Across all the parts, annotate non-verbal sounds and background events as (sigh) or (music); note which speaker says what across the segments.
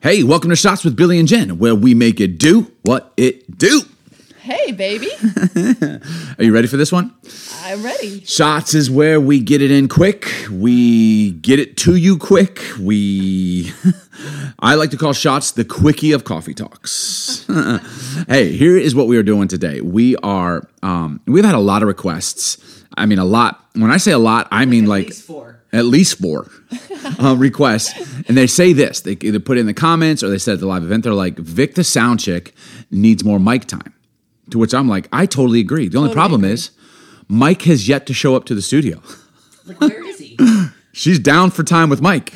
Speaker 1: Hey, welcome to Shots with Billy and Jen, where we make it do what it do. (laughs)
Speaker 2: Hey, baby.
Speaker 1: Are you ready for this one?
Speaker 2: I'm ready.
Speaker 1: Shots is where we get it in quick. We get it to you quick. We, (laughs) I like to call shots the quickie of coffee talks. (laughs) hey, here is what we are doing today. We are, um, we've had a lot of requests. I mean, a lot. When I say a lot, I mean like
Speaker 3: least four.
Speaker 1: At least
Speaker 3: (laughs)
Speaker 1: four uh, requests. And they say this they either put it in the comments or they said at the live event, they're like, Vic the sound chick needs more mic time. To which I'm like, I totally agree. The only problem is Mike has yet to show up to the studio.
Speaker 3: Like, where is he?
Speaker 1: (laughs) She's down for time with
Speaker 3: (laughs)
Speaker 1: Mike.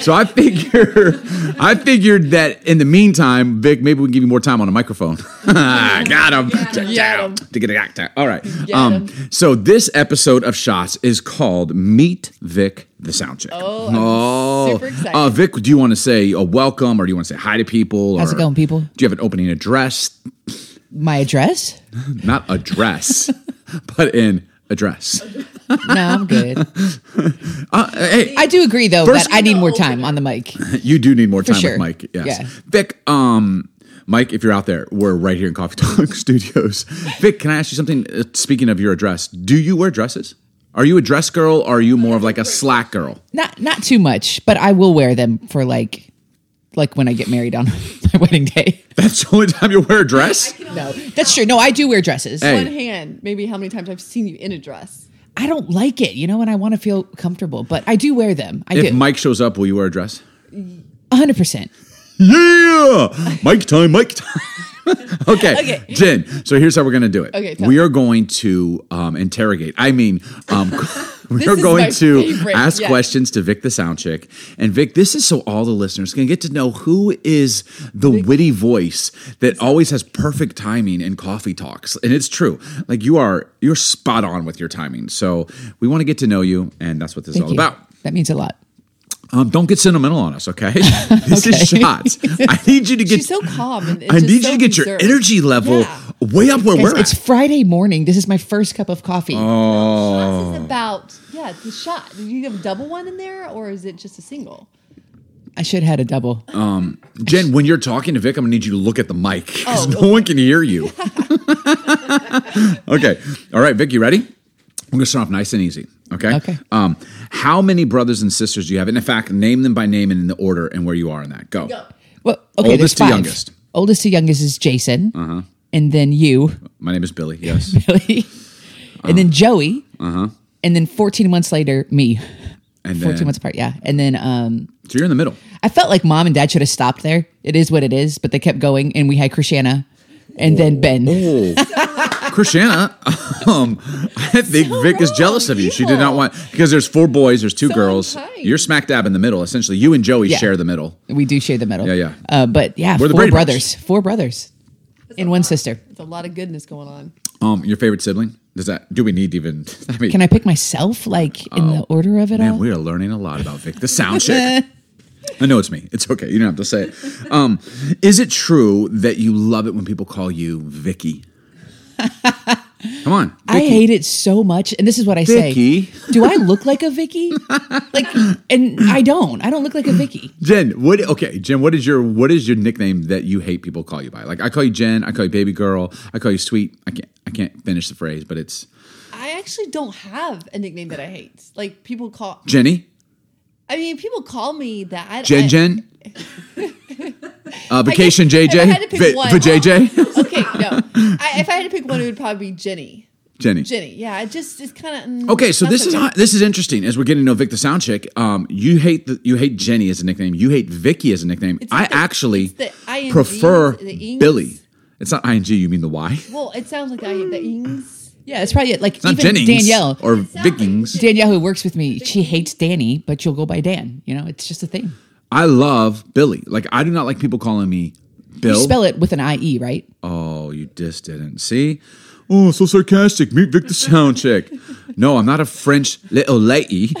Speaker 1: so I figure I figured that in the meantime, Vic, maybe we can give you more time on a microphone. (laughs) Got him.
Speaker 2: Got him.
Speaker 1: Got him. All right.
Speaker 2: Got
Speaker 1: Um,
Speaker 2: him.
Speaker 1: so this episode of Shots is called Meet Vic the Sound Check.
Speaker 2: Oh, I'm super excited.
Speaker 1: Uh, Vic, do you want to say a welcome or do you want to say hi to people?
Speaker 4: How's it
Speaker 1: or
Speaker 4: going, people?
Speaker 1: Do you have an opening address?
Speaker 4: My address?
Speaker 1: Not address, (laughs) but in address.
Speaker 4: No, I'm good.
Speaker 1: (laughs) Uh, hey,
Speaker 4: I do agree though
Speaker 1: First-
Speaker 4: that I need more time on the mic.
Speaker 1: (laughs) You do need more time
Speaker 4: sure.
Speaker 1: with Mike. Yes.
Speaker 4: Yeah.
Speaker 1: Vic, um, Mike, if you're out there, we're right here in Coffee Talk (laughs) Studios. Vic, can I ask you something? Uh, Speaking of your dress, do you wear dresses? Are you a dress girl? Or are you more of like a slack girl? (laughs)
Speaker 4: Not not too much, but I will wear them for like like when I get married on (laughs) my wedding day.
Speaker 1: That's the only time you wear a dress?
Speaker 4: No, that's true. No, I do wear dresses.
Speaker 2: One
Speaker 1: Hey,
Speaker 2: hand, maybe how many times I've seen you in a dress.
Speaker 4: I don't like it, you know, and I want to feel comfortable, but I do wear them. I
Speaker 1: if
Speaker 4: do.
Speaker 1: Mike shows up, will you wear a dress?
Speaker 4: 100%.
Speaker 1: Yeah! Mike time, Mike time. (laughs) okay,
Speaker 2: Okay.
Speaker 1: Jen. So here's how we're gonna do it.
Speaker 2: Okay, tell
Speaker 1: we are going to um, interrogate. I mean, um, (laughs) we
Speaker 2: (laughs) This
Speaker 1: are
Speaker 2: is my
Speaker 1: going to
Speaker 2: favorite,
Speaker 1: ask
Speaker 2: yes.
Speaker 1: questions to Vic the sound chick, and Vic. This is so all the listeners can get to know who is the witty voice that always has perfect timing in coffee talks, and it's true. Like you are, you're spot on with your timing. So we want to get to know you, and that's what this
Speaker 4: Thank
Speaker 1: is all
Speaker 4: you.
Speaker 1: about.
Speaker 4: That means a lot.
Speaker 1: Um, don't get sentimental on us, okay? (laughs) This is
Speaker 4: Okay.
Speaker 1: shots. I need you to get.
Speaker 2: She's so calm and- and
Speaker 1: I
Speaker 2: just
Speaker 1: need
Speaker 2: so
Speaker 1: you to get
Speaker 2: reserved.
Speaker 1: your energy level
Speaker 2: Yeah.
Speaker 1: way up where
Speaker 4: Guys,
Speaker 1: we're
Speaker 4: it's
Speaker 1: at.
Speaker 4: Friday morning. This is my first cup of coffee.
Speaker 1: Oh.
Speaker 2: Shots is about, yeah, the shot. Do you have a double one in there or is it just a single?
Speaker 4: I should have had a double.
Speaker 1: Jen, when you're talking to Vic, I'm gonna need you to look at the mic because
Speaker 2: Oh,
Speaker 1: no one can hear you. (laughs) okay. All right, Vic, you ready? I'm gonna start off nice and easy. Okay.
Speaker 4: Okay.
Speaker 1: Um, how many brothers and sisters do you have? And in fact, name them by name and in the order and where you are in that. Go.
Speaker 4: Well, okay, there's
Speaker 1: Oldest to
Speaker 4: five.
Speaker 1: youngest.
Speaker 4: Oldest to youngest is Jason. Uh-huh. And then you. (laughs)
Speaker 1: My name is Billy. Yes.
Speaker 4: Billy, and
Speaker 1: Uh-huh.
Speaker 4: then Joey, and then 14 months later, me.
Speaker 1: And
Speaker 4: 14
Speaker 1: then,
Speaker 4: months
Speaker 1: so
Speaker 4: apart, yeah. And then um,
Speaker 1: you're in the middle.
Speaker 4: I felt like mom and dad should have stopped there. It is what it is, but they kept going, and we had Christiana, and then Ben.
Speaker 1: Oh, (laughs) Christiana, um, I think
Speaker 2: So
Speaker 1: Vic is
Speaker 2: wrong,
Speaker 1: jealous of you. She did not
Speaker 2: evil.
Speaker 1: want because there's four boys, there's two
Speaker 2: So
Speaker 1: girls.
Speaker 2: unkind.
Speaker 1: You're smack dab in the middle. Essentially, you and Joey
Speaker 4: Yeah.
Speaker 1: share the middle.
Speaker 4: We do share the medal.
Speaker 1: Yeah, yeah.
Speaker 4: Uh, but yeah,
Speaker 1: We're the
Speaker 4: four
Speaker 1: Brady Bunch.
Speaker 4: brothers, four brothers, and one sister.
Speaker 2: There's a lot of goodness going on.
Speaker 1: Um, your favorite sibling? Does that? Do we need even? (laughs) I mean,
Speaker 4: Can I pick myself, like in the order of it
Speaker 1: Oh. man,
Speaker 4: all?
Speaker 1: we are learning a lot about Vic, the sound
Speaker 4: (laughs)
Speaker 1: chick. I know it's me. It's okay. You don't have to say it. Um, is it true that you love it when people call you
Speaker 4: (laughs)
Speaker 1: Vicky? Come on,
Speaker 4: I hate it so much, and this is what I
Speaker 1: Vicky.
Speaker 4: say: Do I look like
Speaker 1: (laughs)
Speaker 4: a Vicky? like, and I don't. I don't look like a Vicky.
Speaker 1: Jen, what? Okay, Jen, what is your what is your nickname that you hate people call you by? Like, I call you Jen, I call you baby girl, I call you sweet. I can't, I can't finish the phrase, but it's
Speaker 2: I actually don't have a nickname that I hate. Like people call,
Speaker 1: Jenny,
Speaker 2: I mean, people call me that. I,
Speaker 1: Jen,
Speaker 2: I- (laughs)
Speaker 1: Jen. Uh, vacation, JJ,
Speaker 2: if I had to pick
Speaker 1: Vi-
Speaker 2: one-
Speaker 1: Vi-
Speaker 2: (laughs)
Speaker 1: JJ,
Speaker 2: Okay, no. I, if I had to pick one, it would probably be Jenny.
Speaker 1: Jenny.
Speaker 2: Jenny, yeah. I just, it's mm, kind of.
Speaker 1: Okay, so this is hot- this is interesting. As we're getting to know Vic the sound chick, um, you hate the, you hate Jenny as a nickname. You hate Vicky as a nickname. I
Speaker 2: like the-
Speaker 1: actually
Speaker 2: it's the INGs,
Speaker 1: prefer
Speaker 2: the ings.
Speaker 1: Billy. It's not ing. You mean the y?
Speaker 2: Well, it sounds like I, the ings.
Speaker 4: Yeah, it's probably it. Like
Speaker 1: Not
Speaker 4: even
Speaker 1: Jennings
Speaker 4: Danielle
Speaker 1: or
Speaker 2: like
Speaker 1: Vikings.
Speaker 4: Danielle, who works with me, she hates Danny, but you'll go by Dan. You know, it's just a thing.
Speaker 1: I love Billy. Like I do not like people calling me Bill.
Speaker 4: You spell it with an IE, right?
Speaker 1: Oh, you just didn't see. Oh, so sarcastic. Meet Vic the sound check. No, I'm not a French little lady. (laughs)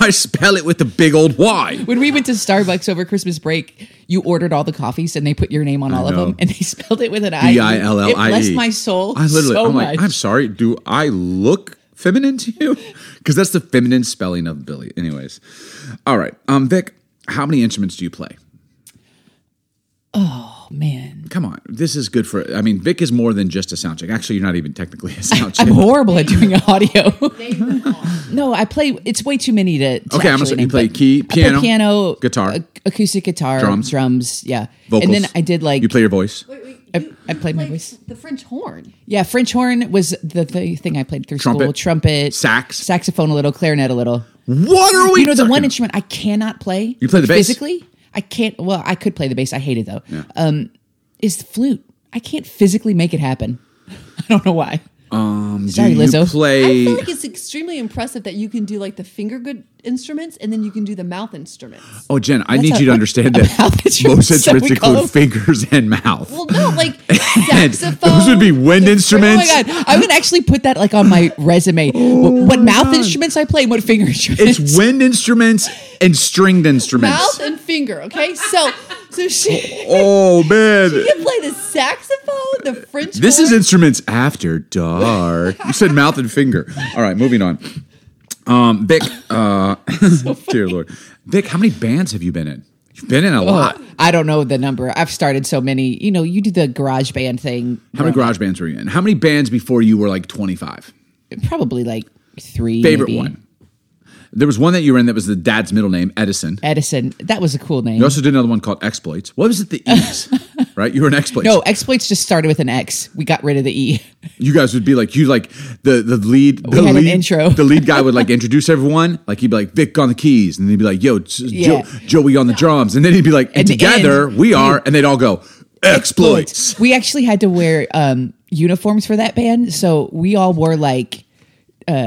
Speaker 1: I spell it with the big old Y.
Speaker 4: When we went to Starbucks over Christmas break, you ordered all the coffees and they put your name on all of
Speaker 1: know.
Speaker 4: them and they (laughs) spelled it with an IE.
Speaker 1: B I L L I E.
Speaker 4: It blessed my soul
Speaker 1: I literally,
Speaker 4: so
Speaker 1: I'm
Speaker 4: much.
Speaker 1: like, I'm sorry. Do I look feminine to you? Because that's the feminine spelling of Billy. Anyways, all right. Um, Vic, how many instruments do you play?
Speaker 4: man.
Speaker 1: Come on, this is good for. I mean, Vic is more than just a sound check. Actually, you're not even
Speaker 4: (laughs)
Speaker 1: technically a sound check.
Speaker 4: I'm horrible at doing audio.
Speaker 2: They are.
Speaker 4: no, I play. It's way too many to.
Speaker 1: Okay,
Speaker 4: to
Speaker 1: I'm gonna
Speaker 4: actually
Speaker 1: say you
Speaker 4: name,
Speaker 1: play
Speaker 4: but
Speaker 1: key-
Speaker 4: I play
Speaker 1: piano,
Speaker 4: piano,
Speaker 1: guitar.
Speaker 4: ac- acoustic guitar,
Speaker 1: Drums.
Speaker 4: drums, yeah,
Speaker 1: Vocals.
Speaker 4: and then I did like
Speaker 1: you play your voice.
Speaker 2: Wait, wait,
Speaker 4: I-
Speaker 2: you-
Speaker 4: I
Speaker 2: you
Speaker 4: played my voice.
Speaker 2: The French horn.
Speaker 4: yeah, French horn was the, the thing I played through
Speaker 1: Trumpet.
Speaker 4: school, trumpet,
Speaker 1: Sax.
Speaker 4: saxophone a little, clarinet a little.
Speaker 1: What are we?
Speaker 4: you know the
Speaker 1: talking
Speaker 4: one
Speaker 1: about?
Speaker 4: instrument I cannot play.
Speaker 1: You play the bass.
Speaker 4: physically. I can't. Well, I could play the bass. I hate it though. Um, is the flute? I can't physically make it happen. (laughs) I don't know why. Um,
Speaker 1: Do
Speaker 4: Sorry,
Speaker 1: you
Speaker 4: Lizzo.
Speaker 2: I
Speaker 1: play.
Speaker 2: feel like it's extremely impressive that you can do like the finger good instruments and then you can do the mouth instruments.
Speaker 1: oh, Jen, I need
Speaker 4: a-
Speaker 1: you to understand that
Speaker 4: mouth instrument
Speaker 1: most
Speaker 4: that (laughs)
Speaker 1: instruments
Speaker 4: we call
Speaker 1: include
Speaker 4: a-
Speaker 1: fingers and mouth.
Speaker 2: Well, no, like
Speaker 1: (laughs) And
Speaker 2: saxophone.
Speaker 1: those would be wind
Speaker 2: the-
Speaker 4: Oh
Speaker 1: instruments. Oh
Speaker 4: my god! I would actually put that like
Speaker 1: (gasps)
Speaker 4: on my resume. what what mouth instruments I play? and What finger instruments?
Speaker 1: It's wind instruments and stringed instruments.
Speaker 2: Mouth and finger. Okay, so so she (laughs)
Speaker 4: (laughs)
Speaker 1: Oh man.
Speaker 2: you play the saxophone, the French.
Speaker 1: This is
Speaker 2: horn.
Speaker 1: instruments after dark. You said mouth and finger. All right, moving on. Um, Vic,
Speaker 4: (laughs)
Speaker 1: uh, (laughs) dear lord, Vic, how many bands have you been in? You've been in a lot.
Speaker 4: Oh, (laughs) I don't know the number. I've started so many. You know, you do the garage band thing.
Speaker 1: How many garage bands were you in? How many bands before you were like twenty five?
Speaker 4: Probably like three.
Speaker 1: Favorite
Speaker 4: maybe.
Speaker 1: one. There was one that you were in that was the dad's middle name, Edison.
Speaker 4: Edison. That was a cool name.
Speaker 1: You also did another one called Exploits. What was it?
Speaker 4: (laughs)
Speaker 1: The E's, right? You were an exploits.
Speaker 4: No, exploits just started with an X. We got rid of the E.
Speaker 1: you guys would be like you like the the lead the
Speaker 4: had an
Speaker 1: lead
Speaker 4: intro.
Speaker 1: the lead guy would like introduce everyone like he'd be like Vic on the keys and he'd be like yo it's
Speaker 4: Yeah.
Speaker 1: Joe, Joey on the drums and then he'd be like and
Speaker 4: At the
Speaker 1: together
Speaker 4: end,
Speaker 1: we are and they'd all go exploits
Speaker 4: We actually had to wear um, uniforms for that band, so we all wore like uh,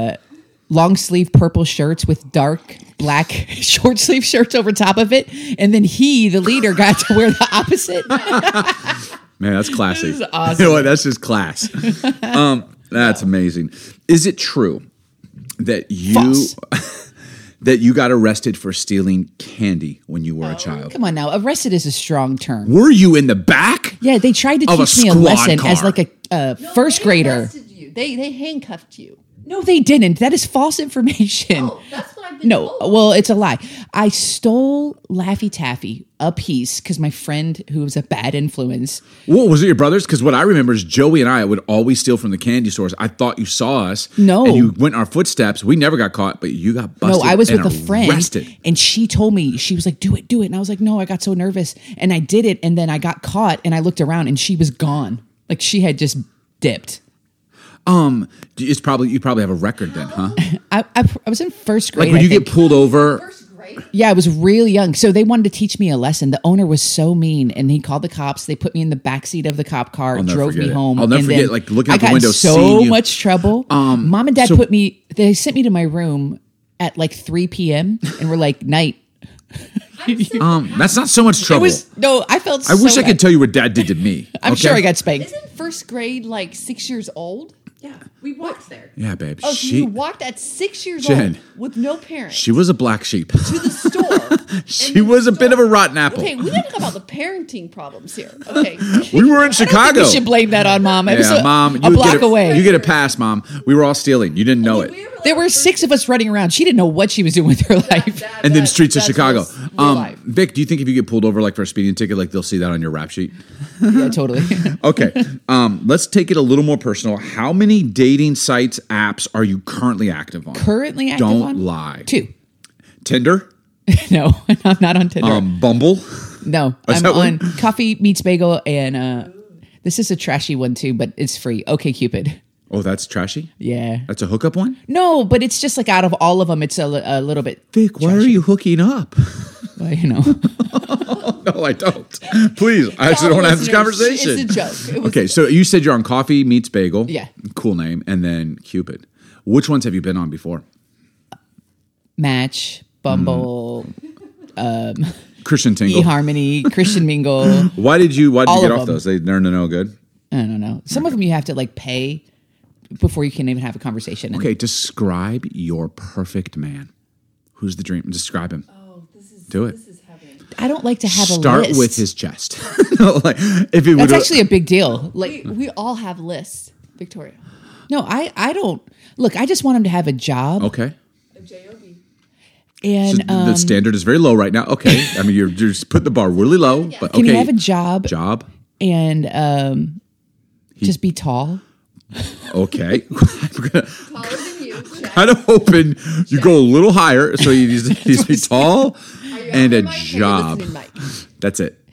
Speaker 4: long sleeve purple shirts with dark black (laughs) short sleeve shirts over top of it, and then he, the leader, got to wear the opposite.
Speaker 1: man that's classy
Speaker 4: This is
Speaker 1: (laughs)
Speaker 4: awesome.
Speaker 1: you know what that's just class
Speaker 4: (laughs)
Speaker 1: um that's amazing is it true that you
Speaker 4: False.
Speaker 1: (laughs) that you got arrested for stealing candy when you were a child
Speaker 4: Oh, Come on now, arrested is a strong term.
Speaker 1: were you in the back
Speaker 4: Yeah, they tried to
Speaker 1: Of a
Speaker 4: teach me a
Speaker 1: squad
Speaker 4: lesson
Speaker 1: car.
Speaker 4: as like a uh, first
Speaker 2: They
Speaker 4: grader.
Speaker 2: arrested you. They they handcuffed you.
Speaker 4: No, they didn't. That is false information.
Speaker 2: Oh, that's what I've been
Speaker 4: No,
Speaker 2: told.
Speaker 4: well, it's a lie. I stole Laffy Taffy a piece because my friend, who was a bad influence,
Speaker 1: Well, was it your brothers? Because what I remember is Joey and I would always steal from the candy stores. I thought you saw us.
Speaker 4: No.
Speaker 1: And you went in our footsteps. We never got caught, but you got busted.
Speaker 4: no, I was
Speaker 1: and
Speaker 4: with a friend,
Speaker 1: Arrested.
Speaker 4: and she told me she was like, "Do it, do it," and I was like, "No," I got so nervous, and I did it, and then I got caught, and I looked around, and she was gone, like she had just dipped.
Speaker 1: Um, it's probably you probably have a record then,
Speaker 4: (laughs)
Speaker 1: huh?
Speaker 4: I, I, I was in first grade.
Speaker 1: Like when
Speaker 4: I
Speaker 1: you
Speaker 4: think.
Speaker 1: get pulled over.
Speaker 2: First grade.
Speaker 4: Yeah, I was really young. So they wanted to teach me a lesson. The owner was so mean, and he called the cops. They put me in the back seat of the cop car,
Speaker 1: never
Speaker 4: drove
Speaker 1: forget
Speaker 4: me
Speaker 1: it.
Speaker 4: home.
Speaker 1: I'll never
Speaker 4: and
Speaker 1: forget,
Speaker 4: then
Speaker 1: like, looking
Speaker 4: I
Speaker 1: out the
Speaker 4: got in
Speaker 1: window,
Speaker 4: So
Speaker 1: seeing you- Um,
Speaker 4: much trouble. Mom and dad
Speaker 1: so-
Speaker 4: put me. They sent me to my room at like three p.m. and were like, "Night."
Speaker 1: Um, that's not so much
Speaker 4: It
Speaker 1: trouble.
Speaker 4: was no. I felt.
Speaker 1: I wish I could tell you what Dad did to me.
Speaker 4: (laughs) I'm
Speaker 1: okay?
Speaker 4: sure I got spanked.
Speaker 2: Isn't first grade like six years old? Yeah, we walked there.
Speaker 1: Yeah, babe.
Speaker 2: Oh, so
Speaker 1: she
Speaker 2: you walked at six years
Speaker 1: Jen.
Speaker 2: old with no parents
Speaker 1: she was a black sheep.
Speaker 2: to the store.
Speaker 1: (laughs) she was a bit of a rotten apple.
Speaker 2: Okay, we got to talk about the parenting problems here.
Speaker 1: (laughs)
Speaker 2: Okay,
Speaker 1: We were in Chicago.
Speaker 4: You should blame that on mom. It was
Speaker 1: Yeah,
Speaker 4: a,
Speaker 1: mom,
Speaker 4: a
Speaker 1: would
Speaker 4: block
Speaker 1: get
Speaker 4: away.
Speaker 1: You get a pass, mom. We were all stealing. You didn't know it.
Speaker 4: there were six of us running around. She didn't know what she was doing with her life.
Speaker 1: and then streets of
Speaker 2: that's
Speaker 1: Chicago.
Speaker 2: what's real
Speaker 1: Um,
Speaker 2: life.
Speaker 1: Vic, do you think if you get pulled over like for a speeding ticket, like they'll see that on your rap sheet?
Speaker 4: (laughs)
Speaker 1: (laughs)
Speaker 4: yeah, totally.
Speaker 1: Okay, um, let's take it a little more personal. How many dating sites apps are you currently active on?
Speaker 4: Currently active
Speaker 1: Don't
Speaker 4: on?
Speaker 1: lie.
Speaker 4: Two.
Speaker 1: Tinder,
Speaker 4: (laughs) No, I'm not on Tinder.
Speaker 1: um, Bumble.
Speaker 4: No,
Speaker 1: Is
Speaker 4: I'm
Speaker 1: that one- (laughs)
Speaker 4: on Coffee Meets Bagel, and uh, this is a trashy one too, but it's free. Okay, Cupid.
Speaker 1: Oh, that's trashy.
Speaker 4: Yeah.
Speaker 1: That's a hookup one.
Speaker 4: No, but it's just like out of all of them, it's a, li- a little bit,
Speaker 1: Vic, why are you hooking up?
Speaker 4: well, you
Speaker 1: (laughs)
Speaker 4: know. (laughs)
Speaker 1: no, Oh, I don't. Please, I actually don't want to have this
Speaker 2: Listeners,
Speaker 1: conversation.
Speaker 2: It's a joke. It
Speaker 1: (laughs)
Speaker 2: was
Speaker 1: Okay, so you said you're on Coffee Meets Bagel.
Speaker 4: Yeah.
Speaker 1: Cool name. And then Cupid. Which ones have you been on before?
Speaker 4: Match,
Speaker 1: Mm-hmm.
Speaker 4: Bumble,
Speaker 1: Christian Tingle.
Speaker 4: eHarmony, Christian Mingle. I
Speaker 1: Why did you why did
Speaker 4: All
Speaker 1: you get
Speaker 4: of
Speaker 1: off
Speaker 4: them.
Speaker 1: those? They they're no good.
Speaker 4: don't know. Some of them you have to like pay before you can even have a conversation.
Speaker 1: Okay, describe your perfect man. Who's the dream? Describe him.
Speaker 2: Oh, this is
Speaker 1: Do it.
Speaker 2: This is heaven.
Speaker 4: I don't like to have a
Speaker 1: Start
Speaker 4: list.
Speaker 1: with his chest. (laughs) no, like if it would
Speaker 4: That's actually a big deal. Like,
Speaker 2: We, we all have lists, Victoria.
Speaker 4: no, I, I don't. Look, I just want him to have a job.
Speaker 1: okay.
Speaker 2: J-O-B.
Speaker 4: And um,
Speaker 1: So the standard is very low right now. Okay, I mean you're, you're just put the bar really low. But okay,
Speaker 4: Can he have a job?
Speaker 1: Job.
Speaker 4: and um, just be tall.
Speaker 1: Okay. (laughs) I'm gonna-
Speaker 2: Taller
Speaker 1: (laughs)
Speaker 2: than you. Check.
Speaker 1: kind of hoping you go a little higher, so you
Speaker 2: (laughs)
Speaker 1: just you just be tall and a
Speaker 2: Mike, hey,
Speaker 1: job.
Speaker 2: listening, Mike.
Speaker 1: That's it.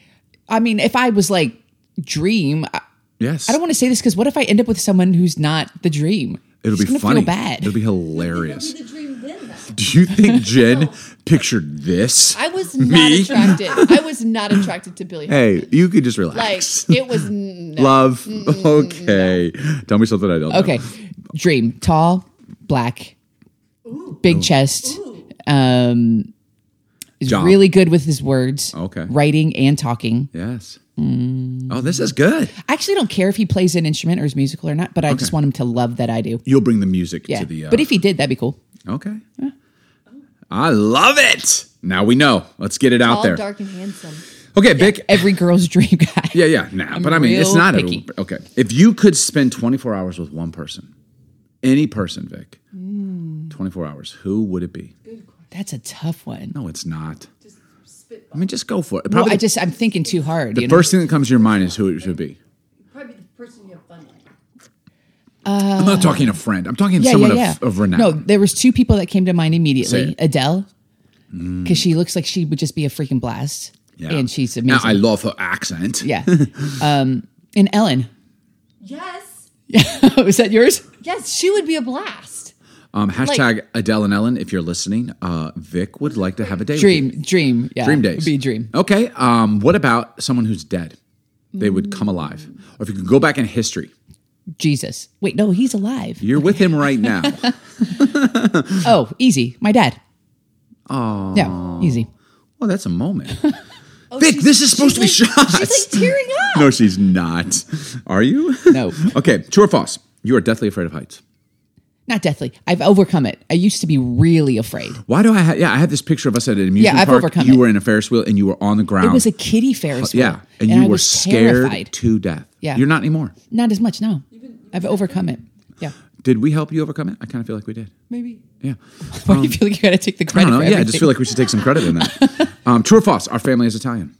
Speaker 4: I mean, if I was like dream, I,
Speaker 1: Yes.
Speaker 4: I don't want to say this because what if I end up with someone who's not the dream?
Speaker 1: It'll
Speaker 4: She's
Speaker 1: be
Speaker 4: gonna
Speaker 1: funny.
Speaker 4: Feel bad.
Speaker 1: It'll be
Speaker 2: Be
Speaker 1: hilarious.
Speaker 2: the dream then. though.
Speaker 1: (laughs) Do you
Speaker 2: (laughs)
Speaker 1: think Jen pictured this?
Speaker 2: I was not
Speaker 1: (laughs) Me?
Speaker 2: attracted. I was not attracted to Billy. Holiday.
Speaker 1: Hey, you could just
Speaker 2: Like
Speaker 1: relax.
Speaker 2: it was n- no.
Speaker 1: Love. (laughs) Okay. Tell me something I don't know.
Speaker 4: Mm, okay, dream tall, black, big chest. Um, is
Speaker 1: Job.
Speaker 4: really good with his words.
Speaker 1: Okay.
Speaker 4: writing and talking.
Speaker 1: Yes.
Speaker 4: Mm.
Speaker 1: Oh, this is good.
Speaker 4: I actually don't care if he plays an instrument or is musical or not, but I just want him to love that I do.
Speaker 1: You'll bring the music
Speaker 4: Yeah,
Speaker 1: to the. Uh,
Speaker 4: but if he did, that'd be cool.
Speaker 1: okay. I love it. Now we know. Let's get it out
Speaker 2: all
Speaker 1: there.
Speaker 2: dark and handsome.
Speaker 1: Okay, Vic.
Speaker 4: Every girl's dream guy.
Speaker 1: (laughs) Yeah, yeah. Nah, but I mean, it's
Speaker 4: real
Speaker 1: not a-
Speaker 4: picky.
Speaker 1: okay. If you could spend 24 hours with one person, any person, Vic,
Speaker 4: Mm.
Speaker 1: 24 hours, who would it be?
Speaker 4: That's a tough one.
Speaker 1: No, it's not. I mean, just go for it.
Speaker 4: No,
Speaker 1: Probably
Speaker 4: I just I'm thinking too hard.
Speaker 1: the
Speaker 4: you know?
Speaker 1: first thing that comes to your mind is who it should be.
Speaker 2: Probably the person you have fun with.
Speaker 4: Uh,
Speaker 1: I'm not talking a friend. I'm talking someone Of, of renown.
Speaker 4: No, there was two people that came to mind immediately.
Speaker 1: Say it. Mm.
Speaker 4: Adele, because she looks like she would just be a freaking blast,
Speaker 1: Yeah.
Speaker 4: and she's
Speaker 1: Now,
Speaker 4: amazing.
Speaker 1: I love her accent.
Speaker 4: yeah, um, and Ellen, (laughs)
Speaker 2: Yes.
Speaker 4: was that yours?
Speaker 2: Yes, she would be a blast.
Speaker 1: Um, hashtag Adele and Ellen, if you're listening, uh, Vic would like to have a date. with you.
Speaker 4: Dream, dream, yeah,
Speaker 1: Dream days.
Speaker 4: Would be a dream.
Speaker 1: Okay. Um, what about someone who's dead? They would come alive. Or if you could go back in history,
Speaker 4: Jesus, wait, no, he's alive.
Speaker 1: you're with him right
Speaker 4: (laughs)
Speaker 1: now.
Speaker 4: Oh, easy, my dad. Oh, yeah, easy.
Speaker 1: well, Oh, that's a moment. (laughs)
Speaker 4: Oh,
Speaker 1: Vic, this is supposed to be
Speaker 2: she's like-
Speaker 1: shots.
Speaker 2: She's
Speaker 1: (laughs)
Speaker 2: like tearing up.
Speaker 1: no, she's not. Are you?
Speaker 4: No.
Speaker 1: (laughs) okay. True or false? You are deathly afraid of heights.
Speaker 4: Not deathly. I've overcome it. I used to be really afraid.
Speaker 1: Why do I? Ha- yeah, I have this picture of us at an amusement
Speaker 4: I've
Speaker 1: park.
Speaker 4: overcome
Speaker 1: you
Speaker 4: it.
Speaker 1: were in a Ferris wheel and you were on the ground.
Speaker 4: It was a kiddie Ferris wheel.
Speaker 1: yeah, and, you
Speaker 4: I
Speaker 1: were
Speaker 4: was
Speaker 1: scared
Speaker 4: terrified.
Speaker 1: to death.
Speaker 4: Yeah.
Speaker 1: you're not anymore.
Speaker 4: Not as much. No, I've overcome it. Yeah. (laughs)
Speaker 1: Did we help you overcome it? I kind of feel like we did.
Speaker 2: Maybe.
Speaker 1: Yeah.
Speaker 4: Why do you feel like you got to take the
Speaker 1: Um, I
Speaker 4: credit?
Speaker 1: don't know.
Speaker 4: For
Speaker 1: Yeah, I just
Speaker 4: everything?
Speaker 1: feel like we should take some credit in
Speaker 4: (laughs)
Speaker 1: that. um, true or false? Our family is Italian.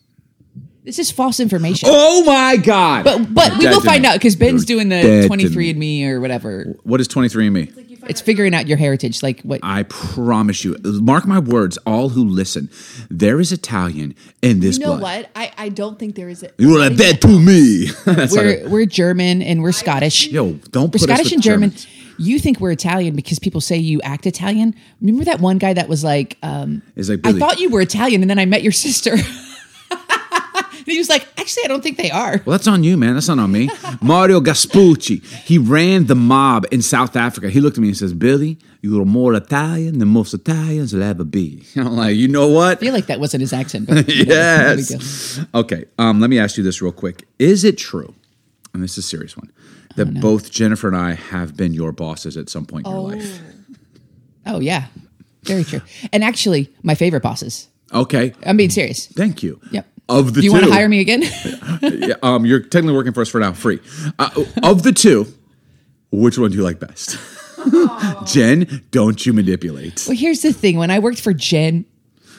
Speaker 4: This is false information.
Speaker 1: Oh my God!
Speaker 4: But but we
Speaker 1: Dead
Speaker 4: will
Speaker 1: to
Speaker 4: find
Speaker 1: me.
Speaker 4: out because Ben's
Speaker 1: You're
Speaker 4: doing
Speaker 1: dead
Speaker 4: the
Speaker 1: to
Speaker 4: twenty three
Speaker 1: me.
Speaker 4: and me or whatever.
Speaker 1: What is twenty three and me?
Speaker 4: It's figuring out your heritage, like what
Speaker 1: I promise you. Mark my words. All who listen, there is Italian in this
Speaker 2: You know
Speaker 1: blood.
Speaker 2: what? I, I don't think there is a.
Speaker 1: You are dead to me. (laughs) That's like
Speaker 4: we're
Speaker 1: a-
Speaker 4: we're German and we're Scottish.
Speaker 1: yo, don't
Speaker 4: we're
Speaker 1: put us
Speaker 4: Scottish
Speaker 1: with
Speaker 4: and German.
Speaker 1: Germans.
Speaker 4: You think we're Italian because people say you act Italian. Remember that one guy that was like, um,
Speaker 1: It's like
Speaker 4: I
Speaker 1: Billy.
Speaker 4: thought you were Italian, and then I met your sister. (laughs) and he was like, actually, I don't think they are.
Speaker 1: Well, that's on you, man. That's not on
Speaker 4: (laughs)
Speaker 1: me. Mario Gaspucci, he ran the mob in South Africa. He looked at me and says, Billy, you are more Italian than most Italians will ever be. (laughs) I'm like, you know what?
Speaker 4: I feel like that wasn't his accent. But you know, no big deal.
Speaker 1: (laughs) yes. Okay. Um, let me ask you this real quick. Is it true, and this is a serious one, that
Speaker 4: Oh,
Speaker 1: both Jennifer and I have been your bosses at some point in your life?
Speaker 4: Oh yeah, very true. And actually, my favorite bosses.
Speaker 1: Okay.
Speaker 4: I'm being serious.
Speaker 1: Thank you.
Speaker 4: Yep.
Speaker 1: Of the
Speaker 4: Do you
Speaker 1: two,
Speaker 4: want to hire
Speaker 1: (laughs)
Speaker 4: me again?
Speaker 1: Yeah, um, you're technically working for us for now, free. Uh, of the two, which one do you like best?
Speaker 2: (laughs)
Speaker 1: Jen, don't you manipulate.
Speaker 4: Well, here's the thing: when I worked for Jen,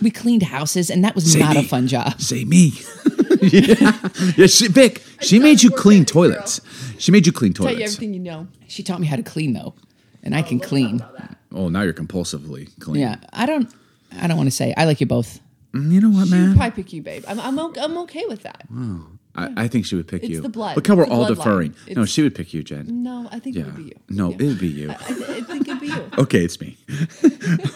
Speaker 4: we cleaned houses, and that was
Speaker 1: Say
Speaker 4: not a
Speaker 1: me.
Speaker 4: fun job.
Speaker 1: Say me. (laughs) yeah. yeah, she, Vic, she made
Speaker 2: sounds
Speaker 1: you
Speaker 2: more
Speaker 1: clean
Speaker 2: like a girl.
Speaker 1: toilets. She made you clean
Speaker 2: Tell you
Speaker 1: toilets.
Speaker 2: everything you know.
Speaker 4: She taught me how to clean, though, and I can clean.
Speaker 1: Oh, now you're compulsively clean.
Speaker 4: Yeah, I don't. I don't want to say I like you both.
Speaker 1: Mm, You know what,
Speaker 2: She would
Speaker 1: man?
Speaker 2: probably pick you, babe. I'm I'm, o- I'm okay with that.
Speaker 1: I, I think she would pick
Speaker 2: It's
Speaker 1: you.
Speaker 2: the blood.
Speaker 1: Look how we're
Speaker 2: It's the
Speaker 1: all
Speaker 2: bloodline.
Speaker 1: deferring. No,
Speaker 2: It's-
Speaker 1: she would pick you, Jen.
Speaker 2: No, I think it
Speaker 1: Yeah.
Speaker 2: would be you.
Speaker 1: No,
Speaker 2: Yeah.
Speaker 1: it would be
Speaker 2: (laughs)
Speaker 1: you.
Speaker 2: I, th- I think it'd
Speaker 1: (laughs)
Speaker 2: be you.
Speaker 1: Okay, it's me.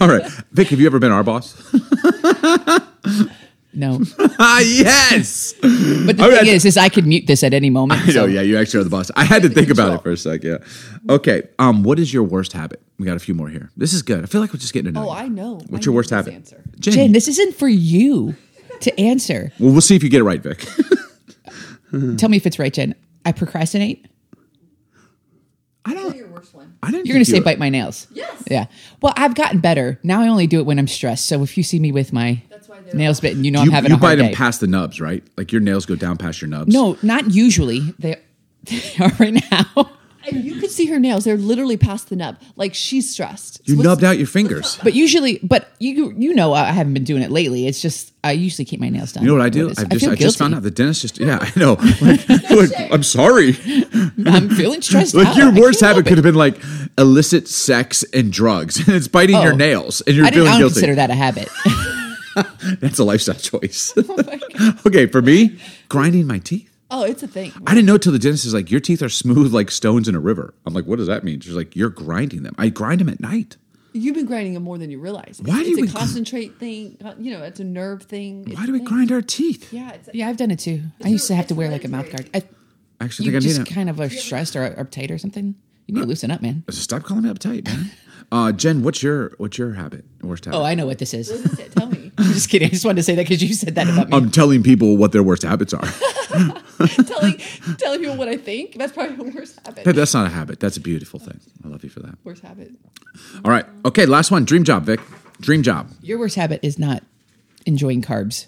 Speaker 1: all right. Vic, have you ever been our boss? (laughs)
Speaker 4: No,
Speaker 1: ah, yes.
Speaker 4: but the
Speaker 1: All
Speaker 4: thing
Speaker 1: right.
Speaker 4: is, is I could mute this at any moment.
Speaker 1: (laughs) I
Speaker 4: so-
Speaker 1: know, yeah, you actually are the boss. I had to think about
Speaker 4: control.
Speaker 1: it for a sec, yeah. Okay, um, what is your worst habit? We got a few more here. This is good. I feel like we're just getting to know.
Speaker 2: Oh,
Speaker 1: you.
Speaker 2: I know.
Speaker 1: What's
Speaker 2: I
Speaker 1: your
Speaker 2: know
Speaker 1: worst
Speaker 2: this
Speaker 1: habit?
Speaker 2: answer.
Speaker 1: Jen.
Speaker 4: Jen, this isn't for you to answer.
Speaker 1: well, we'll see if you get it right,
Speaker 4: (laughs)
Speaker 1: Vic. Hmm.
Speaker 4: Tell me if it's right, Jen. I procrastinate.
Speaker 1: I don't.
Speaker 2: Your worst one.
Speaker 1: I didn't.
Speaker 4: You're gonna
Speaker 1: think
Speaker 4: say
Speaker 1: you-
Speaker 4: bite my nails.
Speaker 2: Yes.
Speaker 4: Yeah. Well, I've gotten better. Now I only do it when I'm stressed. So if you see me with my
Speaker 2: That's why they're-
Speaker 4: nails bitten, you know
Speaker 1: You,
Speaker 4: I'm having
Speaker 1: you
Speaker 4: a hard
Speaker 1: bite them
Speaker 4: day.
Speaker 1: past the nubs, right? Like your nails go down past your nubs.
Speaker 4: (laughs) no, not usually. They they are right now. (laughs)
Speaker 2: And you could see her nails. They're literally past the nub. Like she's stressed.
Speaker 1: You
Speaker 2: What's-
Speaker 1: nubbed out your
Speaker 4: (laughs)
Speaker 1: fingers.
Speaker 4: But usually, but you you know, I haven't been doing it lately. It's just I usually keep my nails done.
Speaker 1: You know what I do? I've
Speaker 4: Notice.
Speaker 1: just,
Speaker 4: feel
Speaker 1: I just
Speaker 4: guilty.
Speaker 1: found out the dentist just. Yeah, I know. Like, like, I'm sorry.
Speaker 4: (laughs)
Speaker 1: (laughs)
Speaker 4: I'm feeling stressed.
Speaker 1: Like
Speaker 4: out.
Speaker 1: your
Speaker 4: I
Speaker 1: worst
Speaker 4: can't
Speaker 1: habit
Speaker 4: help
Speaker 1: could have been like illicit sex and drugs, (laughs) and it's biting your
Speaker 4: Oh.
Speaker 1: nails, and
Speaker 4: it.
Speaker 1: you're
Speaker 4: I didn't. I
Speaker 1: feeling
Speaker 4: don't
Speaker 1: guilty.
Speaker 4: consider that a habit.
Speaker 1: That's a lifestyle (laughs) choice.
Speaker 4: Oh
Speaker 1: (laughs) okay, for me, grinding my teeth.
Speaker 2: Oh, it's a thing.
Speaker 1: I didn't know till the dentist is like, your teeth are smooth like stones in a river. I'm like, what does that mean? She's like, you're grinding them. I grind them at night.
Speaker 2: You've been grinding them more than you realize.
Speaker 1: Why
Speaker 2: it's
Speaker 1: do we
Speaker 2: it's
Speaker 1: gr-
Speaker 2: a concentrate thing? You know, it's a nerve thing. It's
Speaker 1: Why
Speaker 2: a
Speaker 1: do we
Speaker 2: thing.
Speaker 1: grind our teeth?
Speaker 2: Yeah, it's
Speaker 4: yeah, I've done it too. I used to have to wear like a mouth guard. I,
Speaker 1: I actually
Speaker 4: you
Speaker 1: think I need
Speaker 4: just
Speaker 1: it.
Speaker 4: kind of are stressed or uptight or something. You need to loosen up, man.
Speaker 1: Uh, Stop calling me uptight, man. Uh, Jen, what's your what's your habit? Worst habit?
Speaker 4: Oh, I know what this is. (laughs)
Speaker 2: What is it?
Speaker 1: (laughs)
Speaker 2: Tell me. (laughs)
Speaker 4: I'm just kidding. I just wanted to say that because you said that about me.
Speaker 1: I'm telling people what their worst habits are. (laughs)
Speaker 2: telling telling people what I think. That's probably the worst habit.
Speaker 1: Hey, that's not a habit. That's a beautiful thing. I love you for that.
Speaker 2: worst habit.
Speaker 1: All right. Okay. Last one. Dream job, Vic. Dream job.
Speaker 4: Your worst habit is not enjoying carbs.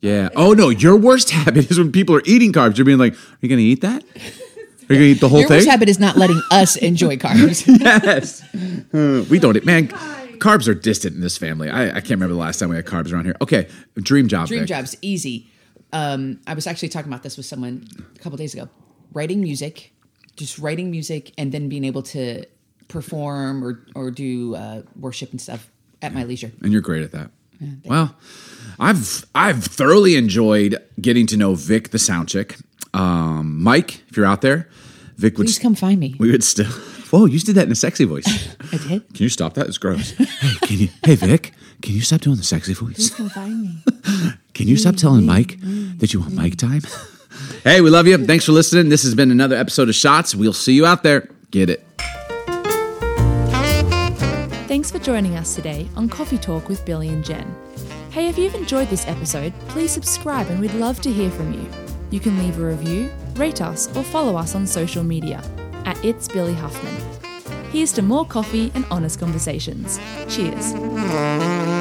Speaker 1: Yeah. Oh no, your worst (laughs) habit is when people are eating carbs. You're being like, "Are you going to eat that? Are you going to eat the whole
Speaker 4: Your
Speaker 1: thing?"
Speaker 4: worst habit is
Speaker 1: (laughs)
Speaker 4: not letting us enjoy carbs. (laughs)
Speaker 1: yes. Uh, we don't. Man, carbs are distant in this family. I, I can't remember the last time we had carbs around here. Okay. Dream job.
Speaker 4: dream
Speaker 1: Vic.
Speaker 4: jobs easy um, i was actually talking about this with someone a couple days ago writing music just writing music and then being able to perform or, or do uh, worship and stuff at my leisure
Speaker 1: and you're great at that. well, I've I've thoroughly enjoyed getting to know Vic the sound chick. Um, Mike, if you're out there, Vic would
Speaker 4: please come find me
Speaker 1: we would still. (laughs) Whoa, you did that in a sexy voice.
Speaker 4: (laughs)
Speaker 1: Can
Speaker 4: i did
Speaker 1: you stop that? It's gross. hey, can you? Hey, Vic, can you stop doing the sexy voice?
Speaker 2: Come find me.
Speaker 1: Can you stop telling Mike that you want Mike time? (laughs) hey, we love you. Thanks for listening. This has been another episode of Shots. We'll see you out there. Get it.
Speaker 3: Thanks for joining us today on Coffee Talk with Billy and Jen. Hey, if you've enjoyed this episode, please subscribe and we'd love to hear from you. You can leave a review, rate us, or follow us on social media at It's Billy Huffman. Here's to more coffee and honest conversations. Cheers.